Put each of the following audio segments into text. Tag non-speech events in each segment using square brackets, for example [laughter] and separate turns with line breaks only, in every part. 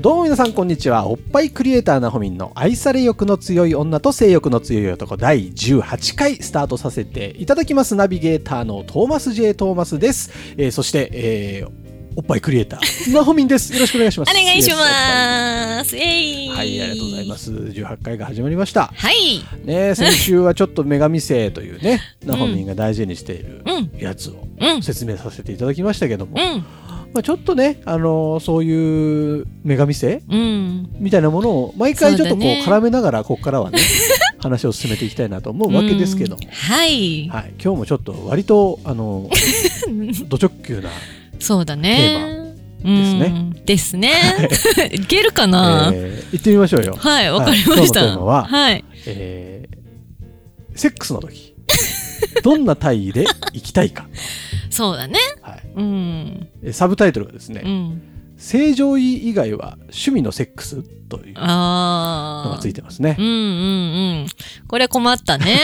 どうも皆さんこんにちはおっぱいクリエイターなほみんの愛され欲の強い女と性欲の強い男第18回スタートさせていただきますナビゲーターのトーマス J トーマスです、えーそして、えーおっぱいクリエイターなほみんですよろしくお願いしま
お
す
願いします。
イ
え
エ
い。
スおっぱいはいありがとうございま。す18回が始まりました
はい。
ね先週はちょっと女神性というねなほみんが大事にしている
うん。
やつを
うん。
説明させていただきましたけども、
うん。
まあ、ちょっとね、あのーそういう女神性
うん。
みたいなものを毎回ちょっとこう
そうだね
絡めながらここから
[laughs]
はね話を進めていきたいなと思うわけですけども、
うんはい。
はい、今日もちょっと割とあ
[laughs]
のド直球な、
そうだね。
ーマ
うん。ですね。 [laughs] いけるかな
え。ー行ってみましょうよ、
はい、わかりまし
はい今日のテー
た。
マは
はい。
えーセックスの時どんな体位で行きたいか、
そうだね。
はい
うん。
えー、サブタイトルがですね、
うん。
正常位以外は趣味のセックスというの
あ
がつい
あ。
てますね
うんうんうん。これ困っ
[laughs]
たね。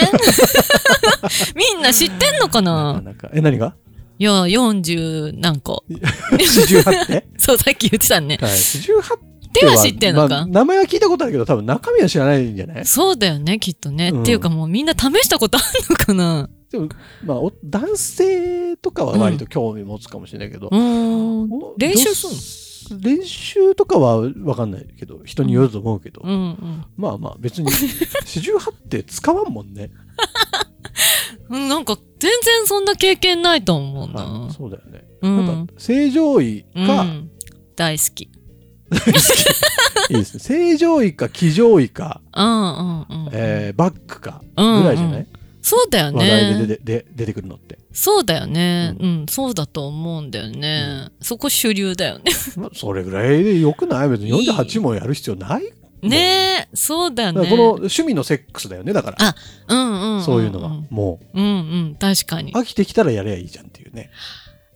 みんな知ってんの
なか
かな
なかえ何が
いや、40何個。
48って、
そう、さっき言ってたね。 [laughs]
はい、18って
手は知ってんのか。
まあ名前は聞いたことあるけど多分中身は知らないんじゃない
そうだよね、きっとね。
うん
っていうかもうみんな試したことあるのかな
でも、まあ、お男性とかは割と興味持つかもしれないけど、
うーん。
お
練
女
習
子練習とかは分かんないけど人によると思うけど、
うんうん
まあまあ別に
[laughs]
四十八って使わんもんね、
うん。なんか全然そんな経験ないと思うな
はい。そうだよね、
うん
なんか正常位か、
うん。大好き。
いいですね正常位か騎乗位か、
うんうんうん。
えーバックか
うんうん
ぐらいじゃない、
そうだよ
話題で
ね。
出てで出てくるのって、
そうだよね、
う
うん。そうだと思うんだよね。そこ主流だよね。
まあ、それぐらいでよくない別に
いい
48もやる必要ない
ねえ、そうだよ
だから
ね。
この趣味のセックスだよねだから
あうんうんんん
そういうのは、もう
うんうん、確かに。
飽きてきたらやりゃいいじゃんっていうね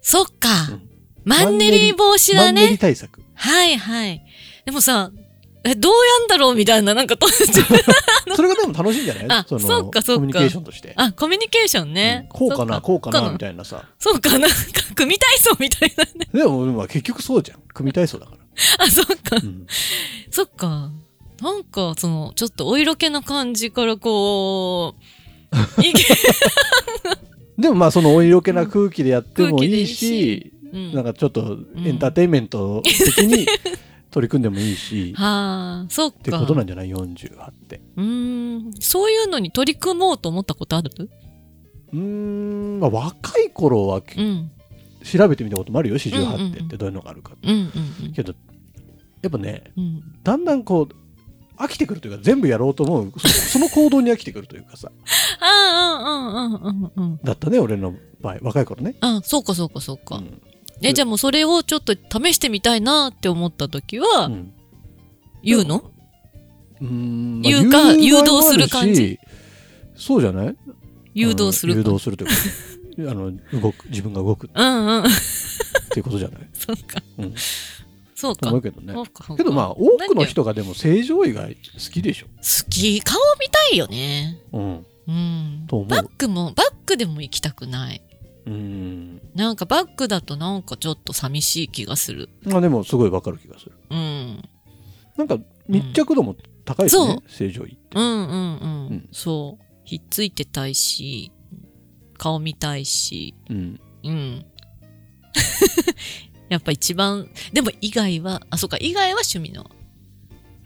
そっか、
うん
マンネリ防止だ
マン
ね。
ネリ対策
はいはい。でもさ、え、どうやんだろうみたいな、なんかと、
それがでも楽しいんじゃない
あ
その
そっかそっ
コ
か
ミュニケーションとして、
[laughs] あ、コミュニケーションね
うん。こうかな
そっ
こうかな
そう
みたいなさ
そうかな、なんか組体操みたいなね。
でもまあ結局そうじゃん組体操だから、
あ、そっか、
うん
そっか。なんか、その、ちょっとお色気な感じからこう、いけ、
でもまあそのお色気な空気でやっても
空気で
い
い
い
い
し
し、うん、
なんか
は
ちょっとエンターテインメント的に取り組んでもいい
[laughs]
し、っ
あ、そっか。
てことなんじゃない48って
うーん、そういうのに取り組もうと思ったことある
うーん、まあ、若い頃は
うん、うん、
調べてみたこともあるよ48って
うんうんう
っ
ん
てどういうのがあるかって、
うん、うん。
けどやっぱね
うん
だんだんこう飽きてくるというか全部やろうと思うそその行動に飽きてくるというかさ [laughs]
ああ、うん、うん、うん、うん。
だったね俺の場合若い頃ね、
あ、そうか、そうか、そうか。
うん
えじゃあもうそれをちょっと試してみたいなって思った時は、
うん
言うの
うん
言うか
場合もあ
誘導する感じ
しそうじゃない
誘導する
うん
か、
誘導するというか [laughs] あの動く自分が動くっ
うんうん [laughs]
ていうことじゃない、
そうか
うん、
そうか
思うけどね
そうかそうか
けどまあ多くの人がでも正常位が好きでしょ、
好き顔見たいよね
うん、
うん
と思う
バックもバックでも行きたくない
うん
なんかバックだとなんかちょっと寂しい気がする
まあでもすごいわかる気がする
うん
なんか密着度も高いよね、正常位って
うんうんうん、
うん
そうひっついてたいし顔見たいし
うん
うん。 [laughs] やっぱ一番、でも以外は、あ、そうか、以外は趣味の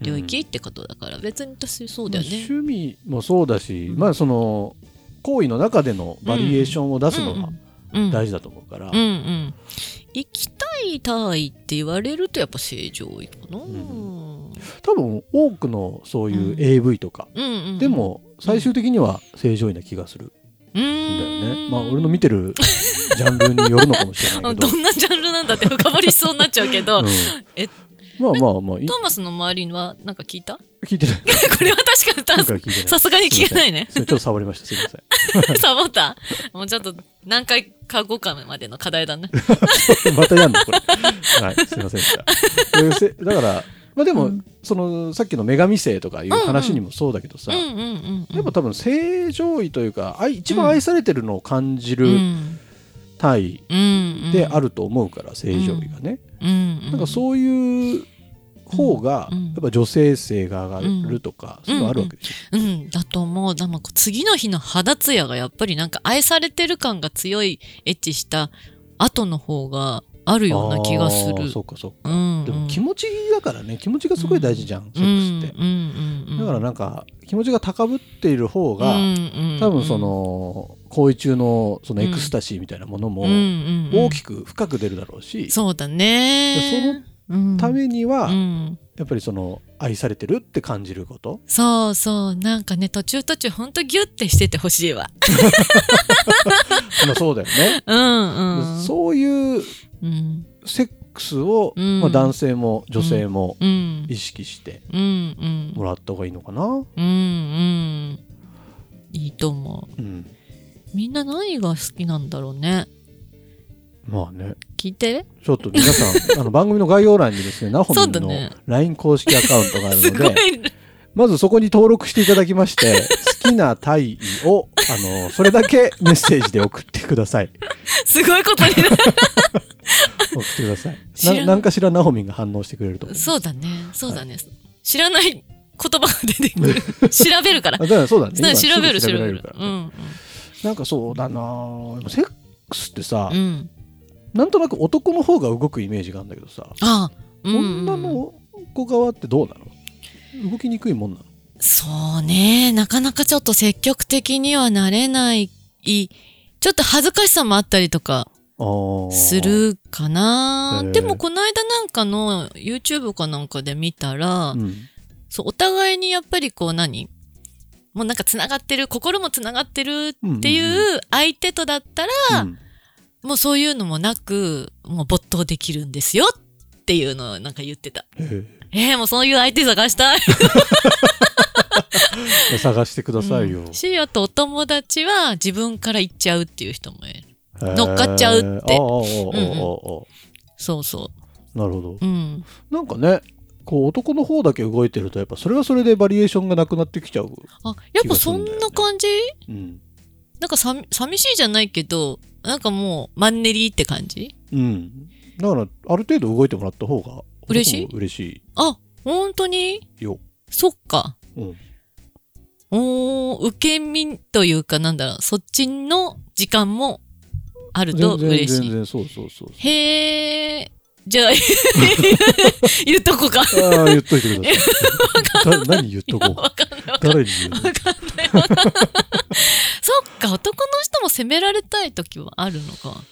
領域ってことだから、別に私そうだよね。
趣味もそうだし、
うん
まあその行為の中でのバリエーションを出すのが
うんうん、
大事だと思うから、
うんうん。行きたい単位って言われるとやっぱ正常位かな。うんん
多分多くのそういううん AV とか、
うん。
でも最終的には正常位な気がする、
う
だよ
ーん
ね。まあ、俺の見てるジャンルによるのかもしれな
[laughs] あ
いけど。
どんなジャンルなんだって深掘りしそうになっちゃうけど、
うん
え
まあまあまあ、い
トーマスの周りはなんか聞いた [laughs] こ
聞いてない。
れは確か
今
に
回は聞いてない。
さすがに聞けないね
すいませんちょっと触りました。すみません。
サボったもうちょっと何回か後かまでの課題だね
またやんのこれ。はい、すいませんでした。えーせだから、まあでも、
うん
その、さっきの女神性とかいう話にもそうだけど
う
さ、
んうんうんうん
やっぱ多分正常位というか、愛一番愛されてるのを感じ
うんう
る
ん
体
うんうん
であると思うから、正常位がね。
うんうん
なんかそういう方が、
うんうん
やっぱ女性性が上がるとか、そういうのあるわけでし
うん、だと思う。だまあ、次の日の肌ツヤがやっぱりなんか愛されてる感が強いエッチした後の方がある
ょ。
ような気がする。
あーそうかそうか。
うん、うん。
でも気持ちだからね、気持ちがすごい大事じゃん、セ
うん
ックスって。
うんうんうん、
だからなんか、気持ちが高ぶっている方が、
うんうんうん
多分そ、の行為中のそのエクスタシーみたいなものも
うんうんうん
大きく深く出るだろうし、
そうだね。その
ためには
うん、
やっぱりその愛されてるって感じること
そうそう。なんかね、途中途中ほんとギュッてしててほしいわ。
まあそうだよね、
うんうん。
そういう
うん。
セックスを、
うん
まあ、男性も女性も
うん。
意識して
うんうん。
もらった方がいいのかな、
うんうん。いいと思う。
うん、
みんな何が好きなんだろうね。
まあね
聞いて
ちょっと皆さん [laughs] あの番組の概要欄にですねナホミン
そうだ
の
ね
LINE 公式アカウントがある
す
の
ご
で、
い。
まずそこに登録していただきまして、好きな体位を、あの、それだけメッセージで送ってください。
[laughs] すごいことにな
送ってください。
知らん
ななんかしらナホミンが反応してくれると思う。
る。[laughs] そうだね。そうだね。知らない言葉が出てくる。調べるから
あ。だからそうだね。
なんか
[laughs] 今
調べる
す
調
ぐ
べ
られ
る。
から
う
ね
ん
なんかそうだなぁセックスってさ、
うん。うん。
なんとなく男の方が動くイメージがあるんだけどさ、
ああ。うんうん
女の子側ってどうなの動きにくいもんなの
そうね。なかなかちょっと積極的にはなれない。ちょっと恥ずかしさもあったりとか
あー
す。るかな
へ。ー
でもこの間なんかの YouTube かなんかで見たら、
うん。
そう、お互いにやっぱりこう何もうなんか繋がってる、心も繋がってるっていう相手とだったら、
うん
もうそういうのもなく、もう没頭できるんですよっていうのをなんか言ってた。
え
えー、もうそういう相手探したい。
え探してくださいよ。
うんし、あとお友達は自分から行っちゃうっていう人もいる。
へー
乗っかっちゃうって
あーあーあーあーあーあー
そうそ
なるほど
う。。うん。
なんかね、こう男の方だけ動いてると、やっぱそれはそれでバリエーションがなくなってきちゃう。
あ、やっ
気
ぱ
がす
そ
るん
ん
だよね
な感じ
うん。
なんかさみ寂しいじゃないけど、なんかもうマンネリって感じ
うん。だから、ある程度動いてもらった方が
嬉しい
男も嬉し
あ、本当に
いよ。
そっか。
うん。
おー、受け身というかなんだろう、そっちの時間もあると
全然、
嬉し
全
い。
然、そうそうそう。
へー。じゃあ、 [laughs] 言っとこうか。
ああ、言っといてください。だ
[laughs]
何言っとこう。
わかんないわかんな
誰
い。
に言うの
わかんないわかんない。そっか、男の人も責められたい時はあるのか。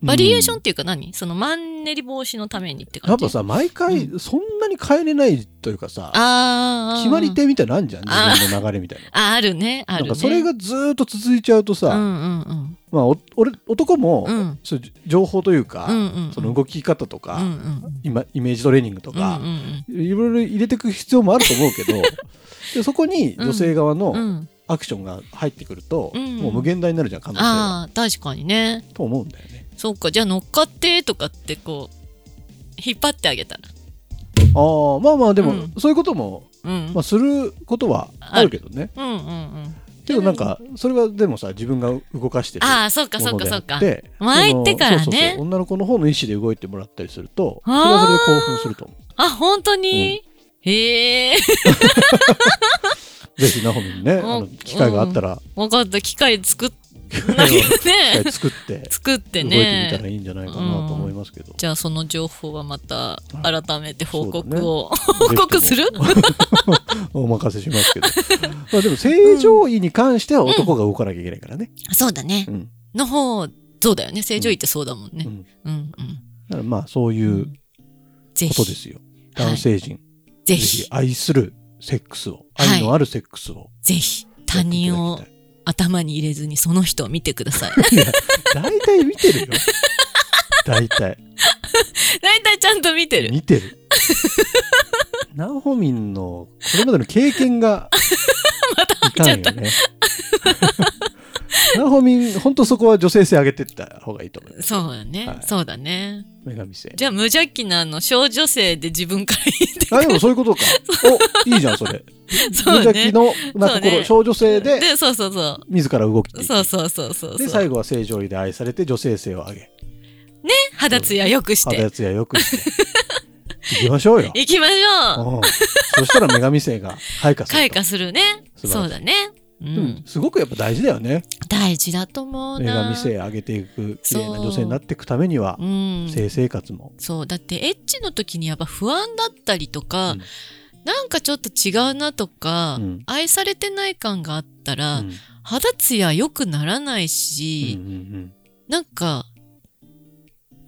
バリエーション
う
っ
ん
ていうか何、そのマンネリ防止のためにっ
や
て感
っ
じ
ぱさ、毎回、そんなに変えれないというかさ、
あー
決まり手みたいなのあんじゃん、自分の流れみたいな。
あ、あるね、あ
な
る
ん
ね。
かそれがずーっと続いちゃうと
う
さ、
んうんうん。
まあ、お俺、男も
う、ん
そう情報というか、
うんうん。
その動き方とか、
うんうん
今イメージトレーニングと
うん。うん
か、いろいろ入れていく必要もあると思うけ
[laughs]
どでそこに女性側
うんうん。う
の
ん。
アクションが入ってくると、
うん
もう無限大になるじゃん可能性は
ああ、確かにね。
と思うんだよね。
そうか、じゃあ乗っかってとかってこう、引っ張ってあげたら。
あーまあまあでも、
うん
そういうことも、
うん
ま。あ、することはあるけどね。
うんうんうん。
けどなんかそれはでもさ自分が動かしてる
ああ、そうか
も
そ
の
うか
で
そ
あ
うか
っ。て
巻いてからね
そのそうそうそう女の子の方の意思で動いてもらったりするとそれ
あー
はそれで興奮すると思
あ、本当に、へえ、
う。ぜひなほみにね、
[laughs]
あの
うん
機会があったら、
分かった。機械作
[laughs]
っ、ないよ
機
ね。
械作って
[laughs] 作って
動いてみたら
ね。
いいんじゃないかなと思いますけど、
じゃあその情報はまた
はい
改めて報
そうだね
告を、報告する
ぜひとも [laughs] お任せしますけどまあでも正常位に関しては男が動かなきゃいけないからね、
そうだね
う。ん
の方、そうだよね。正常位ってそうだも
う
んね。
んだ
うんうん。
からまあそういう
ぜ
ことで
ひ、
すよ
はい
男性陣、
ぜ
ぜひ
ひ、
愛するセックスを
はい
愛のあるセックスを
ぜひ、
や
他
っていただきたい、
人を頭に入れずにその人を見てく
[laughs]
ださい。
大体見
[laughs]
てるよ。大体。
大体ちゃんと見てる。
見てる。ナホミンのこれまでの経験
[laughs]
がいかんよね。ナホミン、本当そこは女性性上げてった方がいいと思います。
そうだね、
はい
そうだね。
女神性。
じゃあ無邪気なあの小女性で自分から [laughs] 言って
あ、でもそういうことか。お、いいじゃん、それ。無
そう
邪
ね
気。の、なんかこ
そうね
の少女性で、
で、そうそうそ
自ら動きて
う。
いく
そうそうそうそう。
で、最後は正常位で愛されて、女性性を上げ、
肌ツヤ良くし
肌
て。
やつやよくして。行きましょうよ。
行きましょう
うんそしたら女神性が開花する
開
と。
花するね。
素晴らしい
そうだね。う
うんん。すごくやっぱ大事だよね。
大事だと思う
女
な。
神性上げていく、綺麗な
そう
女性になっていくためには
う、ん。
性生活も。
そう。だって、エッチの時にやっぱ不安だったりとか、
うん
なんかちょっと違うなとか、
うん
愛されてない感があったら、
うん
肌ツヤ良くならない
うん
し、
うん
なんか、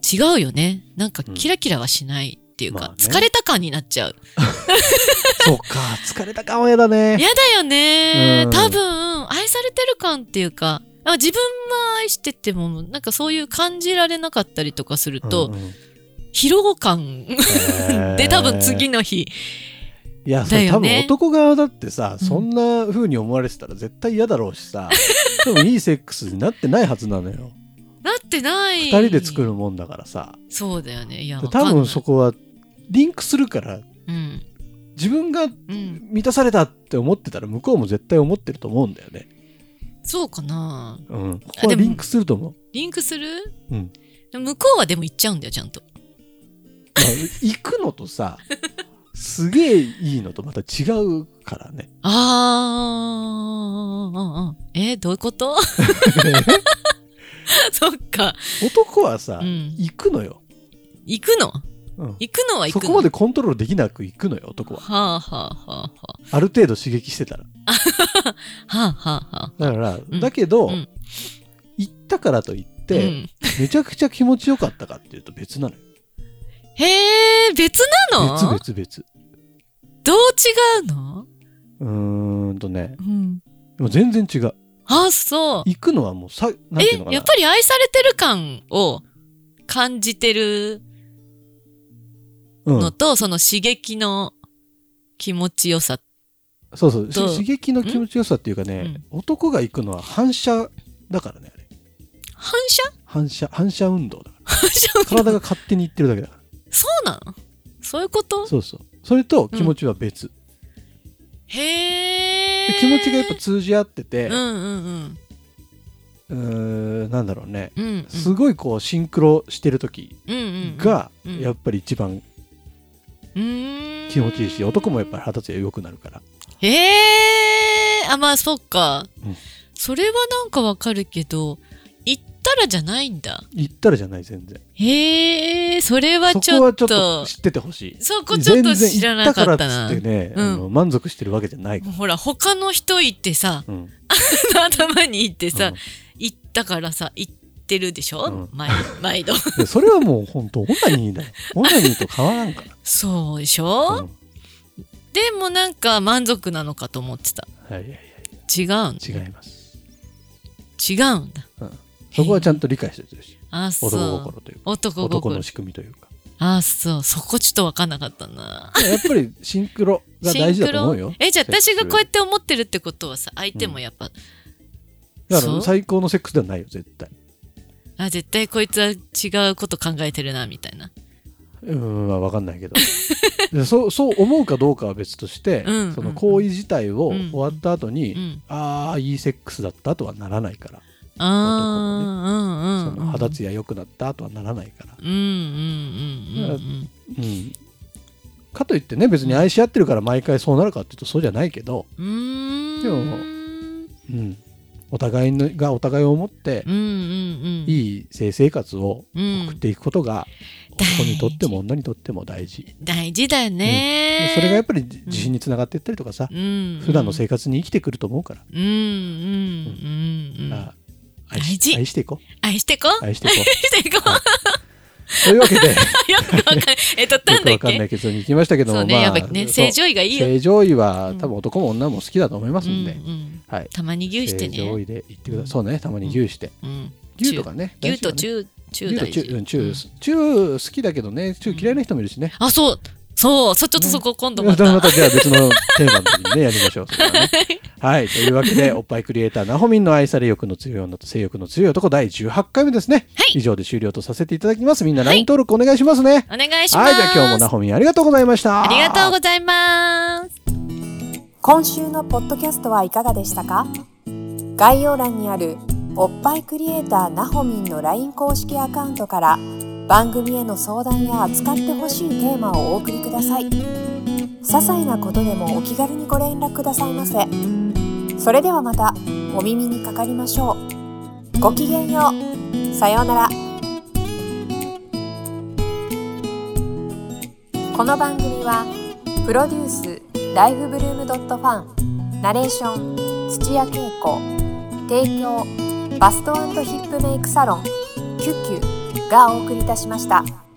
違うよね。なんかキラキラはしないっていうか、
まあね
疲れた感になっち
[laughs]
ゃう。
そうか、疲れたかもやだね。
やだよね、
うん
多分、愛されてる感っていうか、あ自分は愛してても、なんかそういう感じられなかったりとかすると、
うんうん
疲労感 [laughs] で多分次の日、
いやそれ多
だよね
分男側だってさ、
うん
そんな風に思われてたら絶対嫌だろうしさ
[laughs]
多分いいセックスになってないはずなのよ
なってない。
二人で作るもんだからさ
そうだよね。いや、
で多分そ
こ。
こはリンクするから
うん。
自分が
うん。
満たされたって思ってたら向こうも絶対思ってると思うんだよね
そうかな。
うんこ
あ
こ
で
は
も
リンクすると
[laughs]
思う、
リンクする
うん
向こうはでも行っちゃうんだよ、ちゃんと。
まあ行くのとさすげえいいのとまた違うからね [laughs]
あーうんうん。えどういうこと [laughs] そっか。
男はさ、
うん
行くのよ、
行くの
うん
行くのは行
そ
くの
こまでコントロールできなく行くのよ男は
はあはあはあは
ある程度刺激してたら
あ。はあはあはあ。
だから、
ん
だけど、
うん
行ったからといって、
うん、
めちゃくちゃ気持ちよかったかっていうと別なのよ。
へえ、別なの
別々
どう違うの
々。うーんとね、
うん。
でも全然違う。
あ、そう。
行くのはもうさ、なんていうのかな。
え、やっぱり愛されてる感を感じてる
うん
の、と、その刺激の気持ちよさ。
そうそう。し
どう
刺激の気持ちよさっていうかね、男が行くのは反射だからね、あれ。
反射
反射、反射運動だ
[laughs]
から。
反射
体が勝手に行ってるだけだか
そうなのそういうこと
ら。そうそう。それと気持ちは別。
へ
で
え。
気持ちがやっぱ通じ合ってて、
うんうんうん
うーん、なんだろうね。
うんうん。
すごいこうシンクロしてる時
うんうんうん、
が
うん
やっぱり一番気
気
持ちいいし男もやっぱり肌つや良くなるから
へえあまあそっか、
うん
それはなんかわかるけど行ったらじゃないんだ
言ったらじゃない全然
へえそれは
そ
ち
こ
ょ
は
っ
ちょっと
と
知っててほしい
そこちょっと知らなか
全然言ったから
ったな
っつってね、
うん
あの満足してるわけじゃないか
ほら他の人行ってさ [laughs]
ら、うん
頭に行ってさ、
うん
行ったからさ行ってるでしょ、
うん
毎
[laughs]
毎度
でそれはもう本当オナニー
[laughs]
だよオナニーと変わらんか
そうでし
ら、
ょ、
うん
でもなんか満足なのかと思ってた
はいはい
違うん
はい違います
違うんだ
そこはちゃんと理解してほしい
あそう
男心というか
男
男
心
の仕組みというか
あそうそこちょっと分かんなかった
[laughs]
な
やっぱりシンクロが大事だと思うよ
シンクロえじゃあ
セックス
私がこうやって思ってるってことはさ相手もやっぱ、
だか
そう
ら最高のセックスではないよ絶対
あ絶対こいつは違うこと考えてるなみたいな
うんまあ分かんないけ
[laughs]
どでそうそう思うかどうかは別として、
うん
そうの
ん
行為自体を
うん
終わった後に、
うん
ああいいセックスだったとはならないから、そ
ああ、うんうん
の肌ツヤ良くなったとはならないから、
うんうんうんうんうん
うんかといってね別に愛し合ってるから毎回そうなるかっていうとそうじゃないけど、
うーん
でもうん、お互いのがお互いを思って
うんうんうん
いい性生活を
うん
送っていくことが男にとっても女にとっても大事
大事だ
で
よね、
それがやっぱり自自信につながっていったりとかさ、
うんうん
普段の生活に生きてくると思うから。
うんうんうんうん
あ愛
大事
し愛していこう
愛してこ
愛していこ
愛してこ
はというわけ
[laughs]
で、
よくわかんない。えっと、
[laughs] よ
なん
く
だっ
わかんな
け
い結論に行きましたけども、
そうね、
まあ、
やっぱね、正常位がいいよ。
正常位は
うん
多分男も女も好きだと思います
うん
で、
ん
はい。
たまに牛して
正常
ね。
位で行ってください。そうね、たまに牛して。
うん
牛とかね。
牛と
大事よね牛
中、中
と
大
中、うん
事。う
中
ん、
中好きだけどね、中嫌いな人もいるしね。
あ、そう、そう、そうちょっとそこ今度ま
じゃあ [laughs] ま
た。
たじゃあ別のテーマの時にね、やり
[laughs]
ましょう。それはねはい。というわけで、おっぱいクリエイター、ナホミンの愛され欲の強い女と性欲の強い男、第18回目ですね。
はい
以上で終了とさせていただきます。みんな
はい
LINE 登録お願いしますね。
お願いしま
はい。
す。
じゃあ今日もナホミンありがとうございました。
ありがとうございます。
今週のポッドキャストはいかがでしたか概要欄にあるおっぱいクリエイターなほみんの LINE 公式アカウントから番組への相談や扱ってほしいテーマをお送りください些細なことでもお気軽にご連絡くださいませそれではまたお耳にかかりましょうごきげんようさようならこの番組は「プロデュースライフブルームドットファンナレーション土屋恵子提供バストヒップメイクサロン「キュッキュ」がお送りいたしました。